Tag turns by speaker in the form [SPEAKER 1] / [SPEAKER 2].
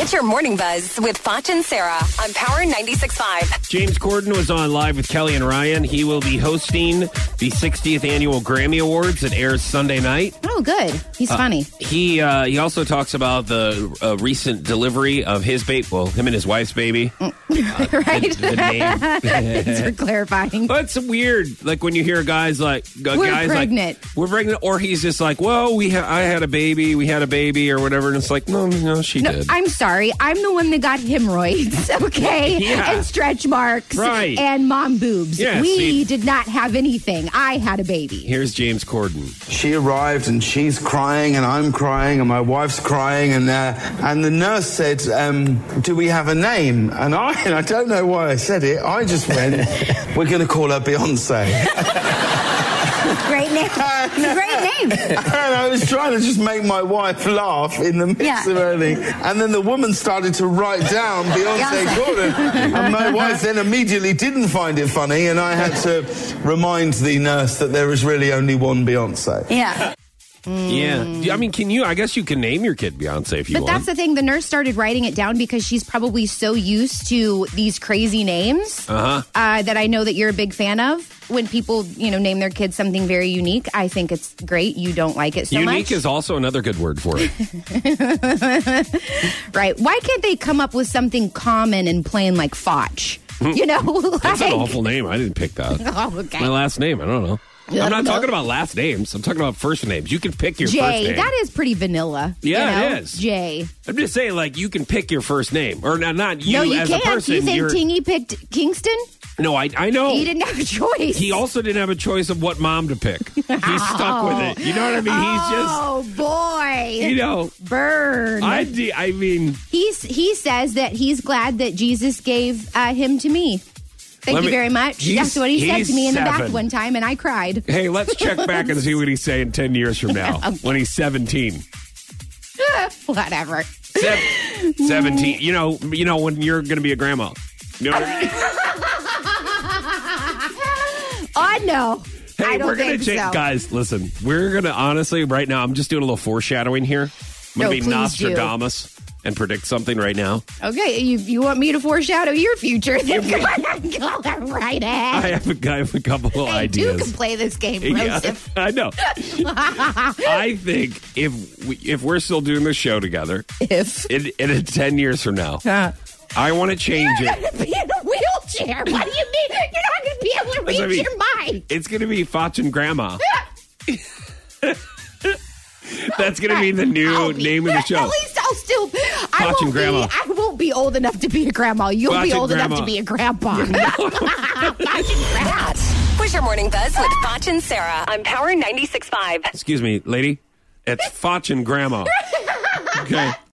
[SPEAKER 1] It's your morning buzz with Foch and Sarah on Power 96.5.
[SPEAKER 2] James Corden was on live with Kelly and Ryan. He will be hosting the 60th annual Grammy Awards that airs Sunday night.
[SPEAKER 3] Oh, good. He's funny.
[SPEAKER 2] He uh, he also talks about the uh, recent delivery of his baby, well, him and his wife's baby.
[SPEAKER 3] right?
[SPEAKER 2] the name.
[SPEAKER 3] Thanks for clarifying.
[SPEAKER 2] But it's weird, like when you hear guys like g-
[SPEAKER 3] We're
[SPEAKER 2] guys
[SPEAKER 3] pregnant.
[SPEAKER 2] like we're pregnant, or he's just like, well, we ha- I had a baby, we had a baby, or whatever, and it's like, no, no, she
[SPEAKER 3] No,
[SPEAKER 2] did.
[SPEAKER 3] I'm sorry. I'm the one that got hemorrhoids, okay?
[SPEAKER 2] Yeah.
[SPEAKER 3] And stretch marks.
[SPEAKER 2] Right.
[SPEAKER 3] And mom boobs.
[SPEAKER 2] Yeah,
[SPEAKER 3] we
[SPEAKER 2] see-
[SPEAKER 3] did not have anything. I had a baby.
[SPEAKER 2] Here's James Corden.
[SPEAKER 4] she arrived and she's crying and I'm crying and my wife's crying and uh, and the nurse said, um, "Do we have a name?" And I and I don't know why I said it. I just went, "We're going to call her Beyonce." uh,
[SPEAKER 5] Great name. Great name.
[SPEAKER 4] and I was trying to just make my wife laugh in the midst
[SPEAKER 5] Yeah.
[SPEAKER 4] of everything. And then the woman started to write down Beyonce
[SPEAKER 5] Beyonce.
[SPEAKER 4] Gordon. And my wife then immediately didn't find it funny. And I had to remind the nurse that there is really only one Beyonce.
[SPEAKER 5] Yeah.
[SPEAKER 2] Yeah, I mean, can you? I guess you can name your kid Beyonce if you
[SPEAKER 3] Mm. But
[SPEAKER 2] want.
[SPEAKER 3] that's the thing. The nurse started writing it down because she's probably so used to these crazy names
[SPEAKER 2] Uh-huh.
[SPEAKER 3] uh that I know that you're a big fan of. When people, you know, name their kids something very unique, I think it's great. You don't like it so
[SPEAKER 2] Unique
[SPEAKER 3] much.
[SPEAKER 2] is also another good word for it.
[SPEAKER 3] Right. Why can't they come up with something common and plain like Foch? You know, like,
[SPEAKER 2] That's an awful name. I didn't pick that.
[SPEAKER 3] Oh, okay.
[SPEAKER 2] My last name. I don't know.
[SPEAKER 3] Yeah,
[SPEAKER 2] I'm
[SPEAKER 3] I
[SPEAKER 2] not
[SPEAKER 3] don't know.
[SPEAKER 2] talking about last names. I'm talking about first names. You can pick your first
[SPEAKER 3] Jay.
[SPEAKER 2] name.
[SPEAKER 3] That is pretty vanilla.
[SPEAKER 2] Yeah,
[SPEAKER 3] you
[SPEAKER 2] it
[SPEAKER 3] know?
[SPEAKER 2] is.
[SPEAKER 3] Jay.
[SPEAKER 2] I'm just saying, like, you can pick your first name, or not, not you
[SPEAKER 3] no, you
[SPEAKER 2] as
[SPEAKER 3] can't.
[SPEAKER 2] a person.
[SPEAKER 3] you think
[SPEAKER 2] you're-
[SPEAKER 3] Tingy picked Kingston?
[SPEAKER 2] no, I, I know.
[SPEAKER 3] He didn't have a choice.
[SPEAKER 2] He also didn't have a choice of what mom to pick. He's stuck with it. You know what I mean? He's just,
[SPEAKER 3] oh boy.
[SPEAKER 2] you know,
[SPEAKER 3] Burn.
[SPEAKER 2] I, de- I mean,
[SPEAKER 3] He's he says that he's glad that Jesus gave uh, him to me. Thank
[SPEAKER 2] Let
[SPEAKER 3] you
[SPEAKER 2] me-
[SPEAKER 3] very much.
[SPEAKER 2] he's-
[SPEAKER 3] That's what he said
[SPEAKER 2] he's
[SPEAKER 3] to me in the back
[SPEAKER 2] seven.
[SPEAKER 3] one time, and I cried.
[SPEAKER 2] hey, let's check back and see what he's saying 10 years from now when he's 17.
[SPEAKER 3] Whatever.
[SPEAKER 2] Sev- 17. You know, you know when you're going to be a grandma. You know what I mean?
[SPEAKER 3] Oh no.
[SPEAKER 2] Hey,
[SPEAKER 3] I don't
[SPEAKER 2] we're gonna
[SPEAKER 3] think
[SPEAKER 2] take
[SPEAKER 3] so.
[SPEAKER 2] guys. Listen, we're gonna honestly right now. I'm just doing a little foreshadowing here. I'm
[SPEAKER 3] No,
[SPEAKER 2] gonna be
[SPEAKER 3] please
[SPEAKER 2] Nostradamus and predict something right now.
[SPEAKER 3] Okay, you, you want me to foreshadow your future? Then go right ahead.
[SPEAKER 2] I have a guy with a couple of
[SPEAKER 3] I do
[SPEAKER 2] ideas.
[SPEAKER 3] can play this game,
[SPEAKER 2] Yeah,
[SPEAKER 3] Joseph.
[SPEAKER 2] I know. I think if we, if we're still doing this show together
[SPEAKER 3] If
[SPEAKER 2] in, in ten years from now, I want to change
[SPEAKER 3] you're
[SPEAKER 2] it.
[SPEAKER 3] going to be in a wheelchair, what do you mean? You're not going to be able to
[SPEAKER 2] That's
[SPEAKER 3] reach
[SPEAKER 2] what I mean.
[SPEAKER 3] your mind.
[SPEAKER 2] It's gonna be Foch and Grandma. That's gonna be the new
[SPEAKER 3] I'll be-
[SPEAKER 2] name of the show.
[SPEAKER 3] At least I'll still. I
[SPEAKER 2] Watching
[SPEAKER 3] won't, be,
[SPEAKER 2] grandma.
[SPEAKER 3] I won't be old enough to be a grandma. You'll
[SPEAKER 2] Watching
[SPEAKER 3] be old
[SPEAKER 2] grandma.
[SPEAKER 3] enough to be a grandpa. Watching grandma.
[SPEAKER 1] That was your morning buzz with Foch and Sarah on Power 96.5.
[SPEAKER 2] Excuse me, lady. It's Foch and Grandma. Okay.